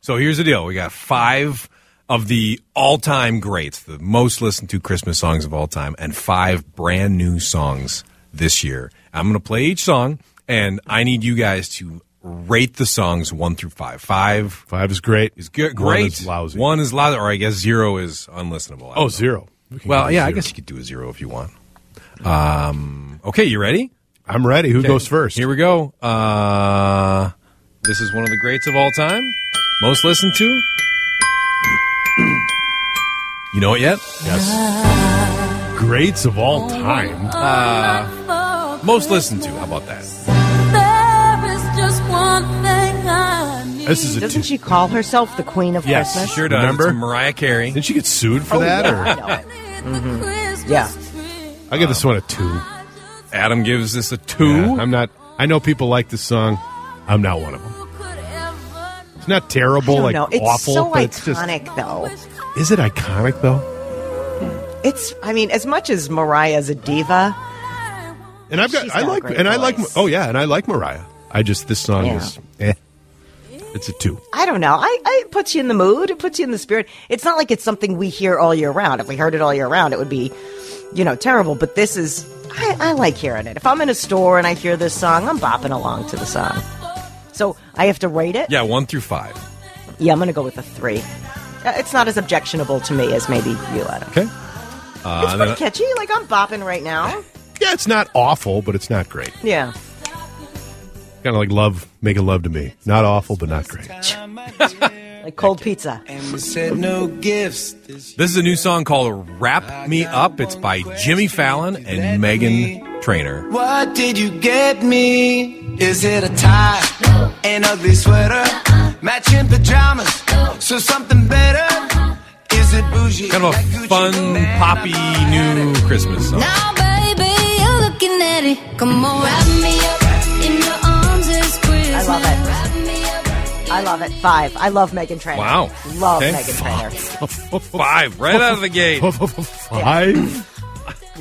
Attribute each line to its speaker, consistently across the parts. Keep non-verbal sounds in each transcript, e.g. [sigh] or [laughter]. Speaker 1: So here's the deal: we got five of the all-time greats, the most listened to Christmas songs of all time, and five brand new songs this year. I'm going to play each song, and I need you guys to rate the songs one through five. Five
Speaker 2: Five is great.
Speaker 1: is good,
Speaker 2: One
Speaker 1: great.
Speaker 2: is lousy.
Speaker 1: One is lousy, or I guess zero is unlistenable. I don't
Speaker 2: Oh,
Speaker 1: know.
Speaker 2: zero. We can
Speaker 1: Well,
Speaker 2: go
Speaker 1: yeah, I
Speaker 2: zero.
Speaker 1: guess you could do a zero if you want. Um, okay, you ready?
Speaker 2: I'm ready. Who goes first?
Speaker 1: Here we go. Uh, this is one of the greats of all time, most listened to. You know it yet?
Speaker 2: Yes. Greats of all time.
Speaker 1: Most listened to. How about that?
Speaker 2: This is a
Speaker 3: Doesn't
Speaker 2: two.
Speaker 3: she call herself the Queen of
Speaker 2: Yes,
Speaker 3: Christmas?
Speaker 1: Sure does.
Speaker 2: Remember?
Speaker 1: It's Mariah Carey.
Speaker 2: Didn't she get sued
Speaker 1: Oh,
Speaker 2: for that?
Speaker 3: I
Speaker 2: [laughs] Or
Speaker 3: know it.
Speaker 2: Mm-hmm.
Speaker 3: Yeah.
Speaker 2: I give this one a two.
Speaker 1: Adam gives this a two.
Speaker 2: Yeah, I'm not. I know people like this song. I'm not one of them. It's not terrible.
Speaker 3: I don't
Speaker 2: like
Speaker 3: know. It's
Speaker 2: awful.
Speaker 3: so
Speaker 2: but It's just,
Speaker 3: iconic, though.
Speaker 2: is it iconic though?
Speaker 3: It's, I mean, as much as Mariah's a diva,
Speaker 2: And I've got.
Speaker 3: She's
Speaker 2: I
Speaker 3: got a
Speaker 2: like.
Speaker 3: great
Speaker 2: And I like.
Speaker 3: voice.
Speaker 2: Oh yeah. And I like Mariah. I just this song
Speaker 3: Yeah.
Speaker 2: is. Eh. It's a two.
Speaker 3: I don't know. I, I it puts you in the mood. It puts you in the spirit. It's not like it's something we hear all year round. If we heard it all year round, it would be, you know, terrible. But this is, I, I like hearing it. If I'm in a store and I hear this song, I'm bopping along to the song. So I have to rate it.
Speaker 1: Yeah, one through five.
Speaker 3: Yeah, I'm going to go with a three. Uh, It's not as objectionable to me as maybe you, Adam.
Speaker 2: Okay.
Speaker 1: Uh,
Speaker 3: it's pretty catchy. Like I'm bopping
Speaker 2: [laughs]
Speaker 3: right now.
Speaker 2: Yeah, it's not awful, but it's not great.
Speaker 3: Yeah.
Speaker 2: Kind of like love, make a love to me. Not awful, but not great.
Speaker 3: Like cold pizza.
Speaker 1: This is a new song called "Wrap Me Up." It's by Jimmy Fallon and Megan Trainor.
Speaker 4: What did you get me? Is it a tie? An ugly sweater? Matching pajamas? So something better? Is it bougie?
Speaker 1: Kind of a fun, poppy, new Christmas song.
Speaker 5: Now, baby, you're looking at it. Come on, wrap me up in your arms this Christmas.
Speaker 3: love it.
Speaker 5: Wrap me up.
Speaker 3: I love it. Five. I love Megan Trainor.
Speaker 1: Wow.
Speaker 3: Love
Speaker 1: Okay.
Speaker 3: Megan Trainor.
Speaker 1: Five right out of the gate.
Speaker 2: Five.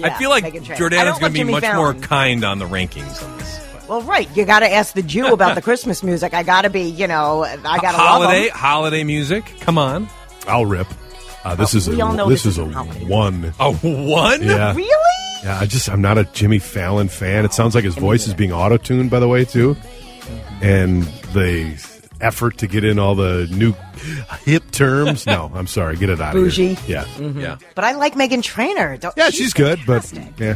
Speaker 1: I feel like
Speaker 3: Megan Trainor. I
Speaker 1: Jordana's going
Speaker 3: don't want
Speaker 1: to be
Speaker 3: Jimmy
Speaker 1: much
Speaker 3: Fallon.
Speaker 1: more kind on the rankings on this. But-
Speaker 3: Well, right. You got to ask the Jew about the Christmas music. I got to be, you know, I got to
Speaker 1: holiday holiday music. Come on.
Speaker 2: I'll rip. Uh, this is a,
Speaker 3: Oh, we all know
Speaker 2: this
Speaker 3: this
Speaker 2: is a
Speaker 3: is comedy.
Speaker 2: one.
Speaker 1: A one?
Speaker 2: Yeah.
Speaker 3: Really?
Speaker 2: Yeah, I just I'm not a Jimmy Fallon fan. It sounds like his voice is being auto tuned, by the way, too. And the effort to get in all the new hip terms. No, I'm sorry, get it out of
Speaker 3: Bougie.
Speaker 2: here. Yeah,
Speaker 1: Yeah.
Speaker 3: But I like Megan Trainor. Don't,
Speaker 2: yeah, she's good, but yeah.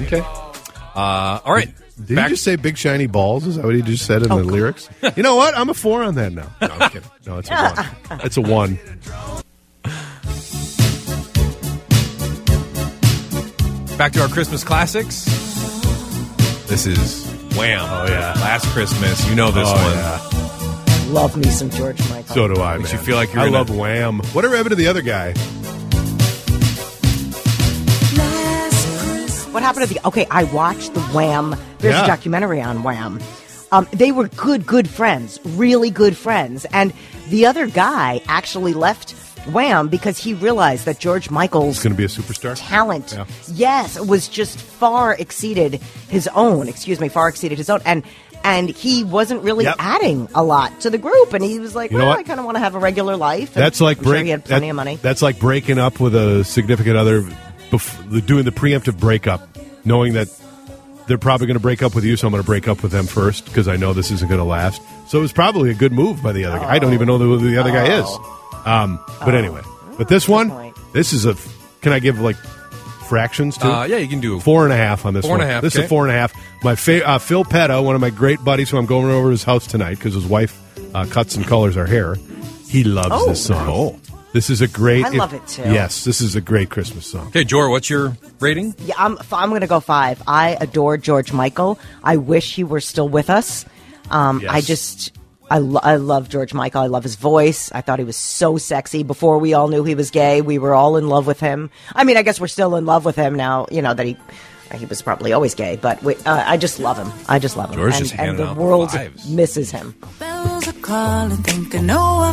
Speaker 2: Okay.
Speaker 1: Uh, all right.
Speaker 2: Did you just say big shiny balls? Is that what he just said in the lyrics? You know what? I'm a four on that now. No, I'm kidding. No, it's a one. It's a one.
Speaker 1: back to our Christmas classics. This is Wham. Oh yeah. Last Christmas. You know this
Speaker 2: Oh,
Speaker 1: one.
Speaker 2: yeah.
Speaker 3: love me some George Michael.
Speaker 2: So do I.
Speaker 1: Makes
Speaker 2: man.
Speaker 1: you feel like you're
Speaker 2: I
Speaker 1: in a-
Speaker 2: love Wham. Whatever happened to the other guy?
Speaker 3: What happened to the? Okay, I watched the Wham. There's
Speaker 2: Yeah.
Speaker 3: a documentary on Wham. Um, they were good, good friends, really good friends. And the other guy actually left Wham because he realized that George Michael's
Speaker 2: He's going to be a superstar.
Speaker 3: talent,
Speaker 2: Yeah.
Speaker 3: yes, was just far exceeded his own. Excuse me, far exceeded his own. And and he wasn't really
Speaker 2: Yep.
Speaker 3: adding a lot to the group. And he was like,
Speaker 2: You know
Speaker 3: well,
Speaker 2: what?
Speaker 3: I kind of want to have a regular life. And
Speaker 2: That's like
Speaker 3: I'm
Speaker 2: break.
Speaker 3: sure he had plenty
Speaker 2: that-
Speaker 3: of money.
Speaker 2: That's like breaking up with a significant other, bef- the- doing the preemptive breakup, knowing that they're probably going to break up with you, so I'm going to break up with them first because I know this isn't going to last. So it was probably a good move by the other guy. I don't even know who the other guy is. Um, but anyway, but this one,
Speaker 3: Oh. point.
Speaker 2: this is a. f- Can I give like fractions to?
Speaker 1: Uh, yeah, you can do
Speaker 2: Four and a half on this
Speaker 1: Four
Speaker 2: one.
Speaker 1: and a half,
Speaker 2: This
Speaker 1: okay.
Speaker 2: is a four and a half. My fa- uh, Phil Petta, one of my great buddies, who I'm going over to his house tonight because his wife uh, cuts and colors our hair. He loves
Speaker 3: Oh.
Speaker 2: this song. This is a great.
Speaker 3: I love it, too.
Speaker 2: Yes, this is a great Christmas song.
Speaker 1: Okay, Jor, what's your rating?
Speaker 3: Yeah, I'm, f- I'm going to go five. I adore George Michael. I wish he were still with us. Um,
Speaker 2: Yes.
Speaker 3: I just, I, lo- I love George Michael. I love his voice. I thought he was so sexy. Before we all knew he was gay, we were all in love with him. I mean, I guess we're still in love with him now. You know that he he was probably always gay, but we, uh, I just love him. I just love him.
Speaker 1: George
Speaker 3: and,
Speaker 1: is handing
Speaker 3: and the
Speaker 1: out the
Speaker 3: world
Speaker 1: vibes.
Speaker 3: misses him.
Speaker 5: Bells are calling, oh, think I know I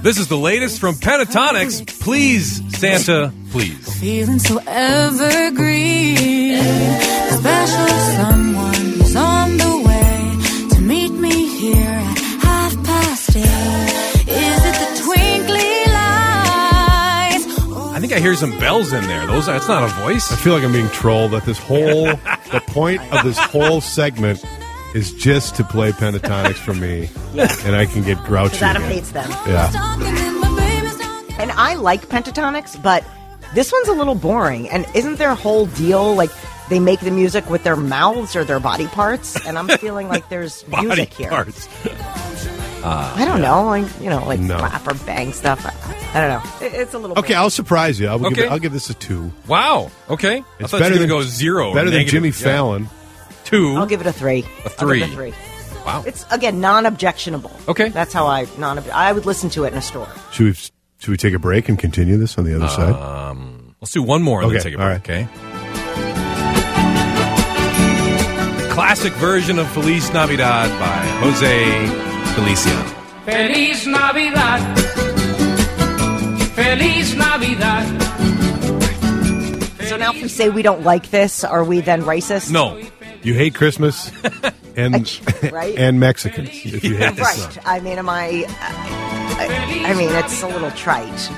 Speaker 1: This is the latest from Pentatonics. Please, Santa, please.
Speaker 5: feeling so evergreen. A special someone is on the way to meet me here at half past eight. Is it the twinkly lights?
Speaker 1: I think I hear some bells in there. Those that's not a voice.
Speaker 2: I feel like I'm being trolled. That this whole
Speaker 3: [laughs]
Speaker 2: the point of this whole segment is just to play pentatonics for me, and I can get grouchy.
Speaker 3: Because Adam
Speaker 2: again.
Speaker 3: hates them.
Speaker 2: Yeah.
Speaker 5: Talking in my baby's talking.
Speaker 3: And I like pentatonics, but this one's a little boring. And isn't their whole deal like they make the music with their mouths or their body parts? And I'm feeling like there's
Speaker 1: Body
Speaker 3: music here.
Speaker 1: parts.
Speaker 3: I don't know, like you know, like
Speaker 2: No.
Speaker 3: flap or bang stuff. I, I don't know. It- it's a little
Speaker 2: Okay,
Speaker 3: boring.
Speaker 2: I'll surprise you. I will give
Speaker 1: Okay.
Speaker 2: it, I'll give this a two.
Speaker 1: Wow. Okay. I
Speaker 2: It's
Speaker 1: thought you were
Speaker 2: better
Speaker 1: gonna
Speaker 2: than
Speaker 1: go zero. or
Speaker 2: Better than
Speaker 1: negative.
Speaker 2: Jimmy
Speaker 1: Yeah.
Speaker 2: Fallon.
Speaker 1: Two.
Speaker 3: I'll give it a three.
Speaker 1: A
Speaker 3: I'll give it
Speaker 1: three.
Speaker 3: a three.
Speaker 1: wow.
Speaker 3: It's again non-objectionable.
Speaker 1: Okay.
Speaker 3: That's how I non. I would listen to it in a store.
Speaker 2: Should we should we take a break and continue this on the other side?
Speaker 1: Let's do one more and
Speaker 2: Okay,
Speaker 1: then take a
Speaker 2: all
Speaker 1: break, okay? Classic version of Feliz Navidad by Jose Feliciano.
Speaker 6: Feliz Navidad. Feliz Navidad.
Speaker 3: So now, if we say we don't like this, are we then racist?
Speaker 1: No.
Speaker 2: You hate
Speaker 3: [laughs]
Speaker 2: Christmas and
Speaker 3: Right?
Speaker 2: and Mexicans. If you hate this
Speaker 3: Right. I mean, am I? I, I mean, it's a little trite.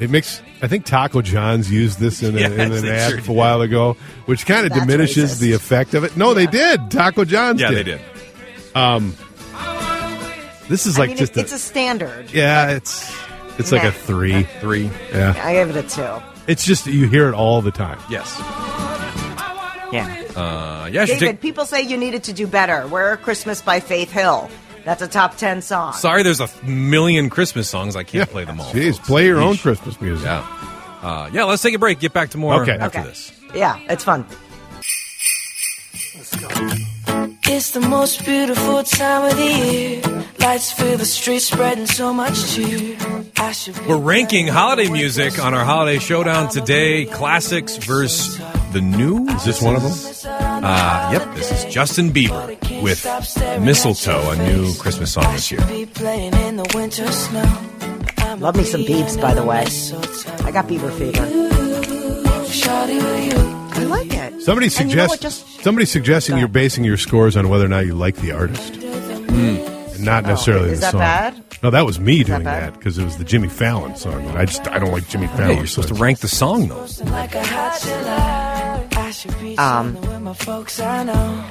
Speaker 2: It makes. I think Taco John's used this in, a,
Speaker 1: Yes,
Speaker 2: in an
Speaker 1: they
Speaker 2: ad
Speaker 1: sure
Speaker 2: a while ago, which kind of
Speaker 3: That's
Speaker 2: diminishes
Speaker 3: racist.
Speaker 2: the effect of it. No, they did. Taco John's.
Speaker 1: Yeah,
Speaker 2: did.
Speaker 1: they did.
Speaker 2: This is
Speaker 3: I
Speaker 2: like
Speaker 3: mean,
Speaker 2: just
Speaker 3: it, it's a standard.
Speaker 2: a. Yeah, it's it's like
Speaker 3: Nah.
Speaker 2: a three.
Speaker 1: Three.
Speaker 2: Yeah,
Speaker 3: I give it a two.
Speaker 2: it's just you hear it all the time.
Speaker 1: Yes.
Speaker 3: Yeah.
Speaker 1: Uh, yeah, I should
Speaker 3: David,
Speaker 1: take,
Speaker 3: people say you needed to do better. We're Christmas by Faith Hill. That's a top ten song.
Speaker 1: sorry, there's a million Christmas songs. I can't play them all.
Speaker 2: Jeez,
Speaker 1: folks.
Speaker 2: play your own
Speaker 1: Yeesh.
Speaker 2: Christmas music.
Speaker 1: Yeah. Uh, yeah, let's take a break. Get back to more
Speaker 2: Okay.
Speaker 1: after
Speaker 3: Okay.
Speaker 1: this.
Speaker 3: Yeah, it's fun.
Speaker 7: It's the most beautiful time of the year. Lights fill the streets, spreading so much cheer. I should be
Speaker 1: We're ranking holiday music on our holiday showdown today. Classics versus the new. Is this one of them? Uh, yep. This is Justin Bieber with Mistletoe, a new Christmas song this year.
Speaker 7: be playing in the winter snow. I'm
Speaker 3: Love me some Biebs, by the way. I got Bieber fever.
Speaker 7: Shawty with you.
Speaker 3: I like it.
Speaker 2: Somebody
Speaker 3: And you know what,
Speaker 2: suggests
Speaker 3: just-
Speaker 2: somebody suggesting you're basing your scores on whether or not you like the artist, and not necessarily
Speaker 3: Hmm. is
Speaker 2: the
Speaker 3: that
Speaker 2: song.
Speaker 3: bad?
Speaker 2: No, that was me doing
Speaker 3: bad?
Speaker 2: that because it was the Jimmy Fallon song, and I just I don't like Jimmy Fallon.
Speaker 1: Hey, you're supposed to
Speaker 2: so
Speaker 1: rank the song though.
Speaker 7: Like a hot July. I should be
Speaker 3: Um.
Speaker 7: chilling with my folks, I know.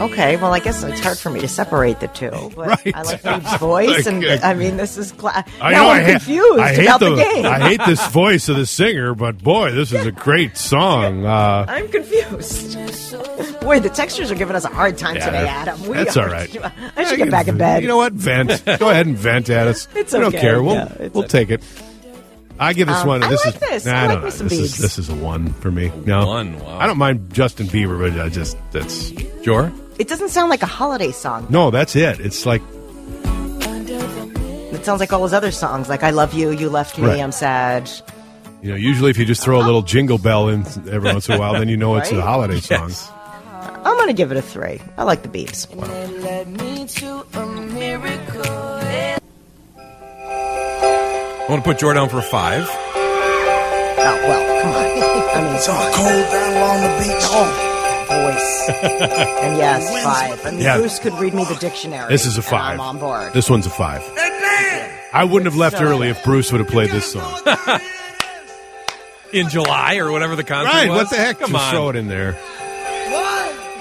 Speaker 3: Okay, well, I guess it's hard for me to separate the two. But
Speaker 2: Right.
Speaker 3: I like Abe's voice, and
Speaker 2: Okay.
Speaker 3: I mean, this is cla-
Speaker 2: I
Speaker 3: now
Speaker 2: know
Speaker 3: I'm
Speaker 2: I ha-
Speaker 3: confused
Speaker 2: I hate
Speaker 3: about the, game.
Speaker 2: I hate this voice of the singer, but boy, this is a great song. Uh,
Speaker 3: I'm confused. Boy, the textures are giving us a hard time
Speaker 2: Yeah,
Speaker 3: today,
Speaker 2: they're-
Speaker 3: Adam. We
Speaker 2: that's
Speaker 3: are-
Speaker 2: all right.
Speaker 3: [laughs] I should get back in bed.
Speaker 2: You know what? Vent. Go ahead and vent at us.
Speaker 3: [laughs] It's
Speaker 2: we don't
Speaker 3: okay.
Speaker 2: care. We'll
Speaker 3: Yeah, it's
Speaker 2: we'll take it. I give this
Speaker 3: Um,
Speaker 2: one.
Speaker 3: I
Speaker 2: This
Speaker 3: like
Speaker 2: is
Speaker 3: this.
Speaker 2: Nah,
Speaker 3: I
Speaker 2: I
Speaker 3: like
Speaker 2: don't
Speaker 3: me
Speaker 2: know.
Speaker 3: some
Speaker 2: This is
Speaker 3: Biebs.
Speaker 2: this is a one for me. No
Speaker 1: one, wow.
Speaker 2: I don't mind Justin Bieber, but I just that's
Speaker 1: Jor?
Speaker 3: It doesn't sound like a holiday song.
Speaker 2: no. That's it. It's like
Speaker 3: It sounds like all his other songs, like "I Love You," "You Left Me,"
Speaker 2: Right.
Speaker 3: "I'm Sad."
Speaker 2: you know. Usually, if you just throw a little jingle bell in every once in a while, then you know it's a
Speaker 3: Right?
Speaker 2: holiday song.
Speaker 3: I'm gonna give it a three. I like the Oh, beeps.
Speaker 7: It led me to a miracle.
Speaker 1: I want to put Jor down for a five.
Speaker 3: Oh well, come on. I mean, it's all
Speaker 8: cold down along the beach.
Speaker 1: Oh,
Speaker 3: [laughs] voice. and yes, five. I mean,
Speaker 2: Yeah.
Speaker 3: Bruce could read me the dictionary.
Speaker 2: This is a
Speaker 3: and
Speaker 2: 5
Speaker 3: I'm on board.
Speaker 2: This one's a five. I wouldn't have left
Speaker 3: So-
Speaker 2: early if Bruce would have played
Speaker 1: [laughs]
Speaker 2: this song.
Speaker 1: in July or whatever the concert
Speaker 2: Right?
Speaker 1: was.
Speaker 2: What the heck?
Speaker 1: Come
Speaker 2: Just
Speaker 1: on.
Speaker 2: throw it in there.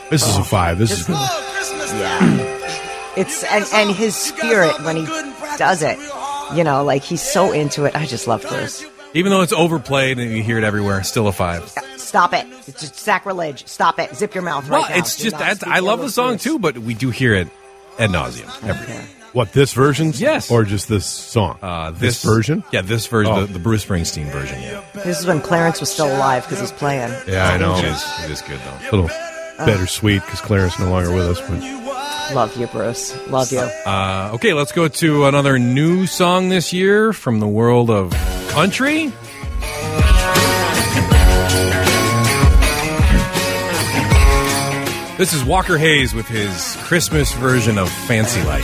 Speaker 2: This is a five. This is.
Speaker 8: Christmas
Speaker 3: yeah. It's and, and his spirit when he does it. You know, like he's so into it. I just love Bruce.
Speaker 1: Even though it's overplayed and you hear it everywhere, still a five.
Speaker 3: Stop it. It's just sacrilege. Stop it. Zip your mouth right now.
Speaker 1: well, it's
Speaker 3: Do
Speaker 1: just
Speaker 3: not
Speaker 1: that's,
Speaker 3: speak
Speaker 1: I love
Speaker 3: ill
Speaker 1: the
Speaker 3: of
Speaker 1: song
Speaker 3: Bruce.
Speaker 1: too, but we do hear it ad nauseum every
Speaker 3: Yeah.
Speaker 2: What this version?
Speaker 1: Yes.
Speaker 2: or just this song?
Speaker 1: Uh,
Speaker 2: this, version?
Speaker 1: Yeah, this version,
Speaker 2: Oh.
Speaker 1: the, the Bruce Springsteen version. Yeah,
Speaker 3: This is when Clarence was still alive because he's playing.
Speaker 2: Yeah, I know.
Speaker 1: It is, it is good though.
Speaker 2: A little bittersweet because Clarence no longer with us. But
Speaker 3: Love you, Bruce. Love you.
Speaker 1: Uh, okay, let's go to another new song this year from the world of country. This is Walker Hayes with his Christmas version of Fancy Like.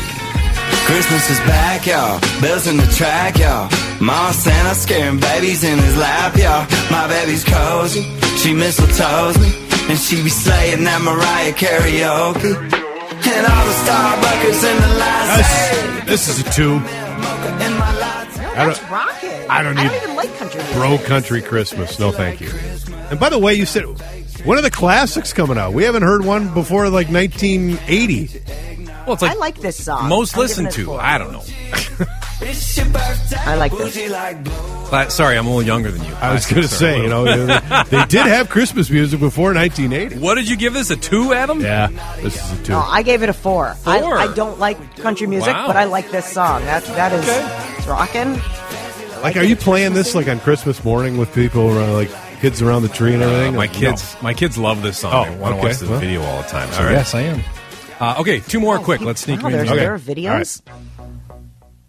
Speaker 4: Christmas is back, y'all. Bells in the track, y'all. Ma Santa scaring babies in his lap, y'all. My baby's cozy. She mistletoes me. And she be slaying that Mariah karaoke. And all the Starbuckers in the lights.
Speaker 2: this, this is a two
Speaker 4: In my lights.
Speaker 2: I don't-
Speaker 3: That's rocking.
Speaker 2: I don't
Speaker 3: I
Speaker 2: need-
Speaker 3: don't even like country music.
Speaker 2: bro country Christmas. No, thank you. And by the way, you said one of the classics coming out. We haven't heard one before like 1980.
Speaker 1: Well, it's like
Speaker 3: I like this song.
Speaker 1: most
Speaker 3: I'm giving
Speaker 1: listened
Speaker 3: it a
Speaker 1: to.
Speaker 3: four.
Speaker 1: I don't know.
Speaker 4: It's your birthday.
Speaker 3: I like this.
Speaker 4: Bougie like blue.
Speaker 1: But, sorry, I'm a little younger than you.
Speaker 2: I was
Speaker 1: Sorry,
Speaker 2: going to say,
Speaker 1: a
Speaker 2: you
Speaker 1: little.
Speaker 2: know, [laughs] they did have Christmas music before 1980.
Speaker 1: what did you give this a two, Adam?
Speaker 2: Yeah, this is a two.
Speaker 3: No, I gave it a four. I,
Speaker 1: Four.
Speaker 3: I don't like country music,
Speaker 1: Wow.
Speaker 3: but I like this song. That that is it's rocking.
Speaker 2: Like, are you playing this like on Christmas morning with people around, like kids around the tree and everything?
Speaker 1: My
Speaker 2: No.
Speaker 1: kids, my kids love this song.
Speaker 2: Oh,
Speaker 1: they want to
Speaker 2: okay,
Speaker 1: watch the
Speaker 2: well.
Speaker 1: video all the time. So
Speaker 2: All right.
Speaker 1: yes, I am. Uh, okay, two more quick. Let's sneak
Speaker 3: Oh, wow,
Speaker 1: them in.
Speaker 3: there's,
Speaker 1: Okay.
Speaker 3: There are
Speaker 2: All
Speaker 3: videos.
Speaker 2: right.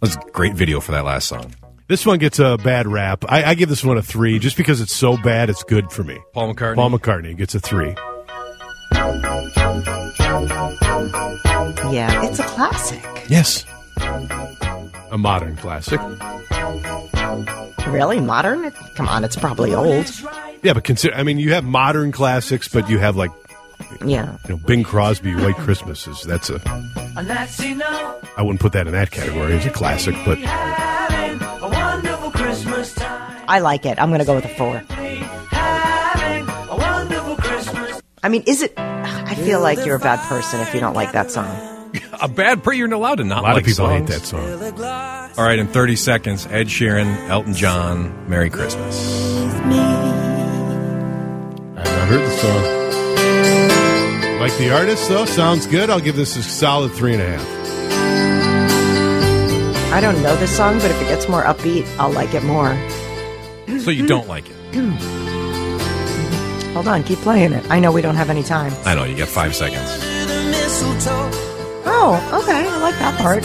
Speaker 1: That's a great video for that last song.
Speaker 2: This one gets a bad rap. I, I give this one a three just because it's so bad. It's good for me.
Speaker 1: Paul McCartney.
Speaker 2: Paul McCartney gets a three.
Speaker 3: Yeah, it's a classic.
Speaker 2: Yes, a modern classic.
Speaker 3: Really modern? It- Come on, it's probably old.
Speaker 2: Yeah, but consider. I mean, you have modern classics, but you have like
Speaker 3: Yeah.
Speaker 2: you know Bing Crosby, White Christmases. That's a. I wouldn't put that in that category as a classic, but
Speaker 3: I like it. I'm going to go with a four. I mean, is it? I feel like you're a bad person if you don't like that song.
Speaker 1: a bad prayer. You're not allowed to not
Speaker 2: a lot
Speaker 1: like
Speaker 2: of people
Speaker 1: songs.
Speaker 2: hate that song.
Speaker 1: All right, in 30 seconds, Ed Sheeran, Elton John, Merry Christmas.
Speaker 2: I've not heard the song. Like the artist, though, sounds good. I'll give this a solid three and a half.
Speaker 3: I don't know this song, but if it gets more upbeat, I'll like it more.
Speaker 1: So you don't like it?
Speaker 3: Hold on, keep playing it. I know we don't have any time.
Speaker 1: I know you got five seconds.
Speaker 3: Oh, okay. I like that part.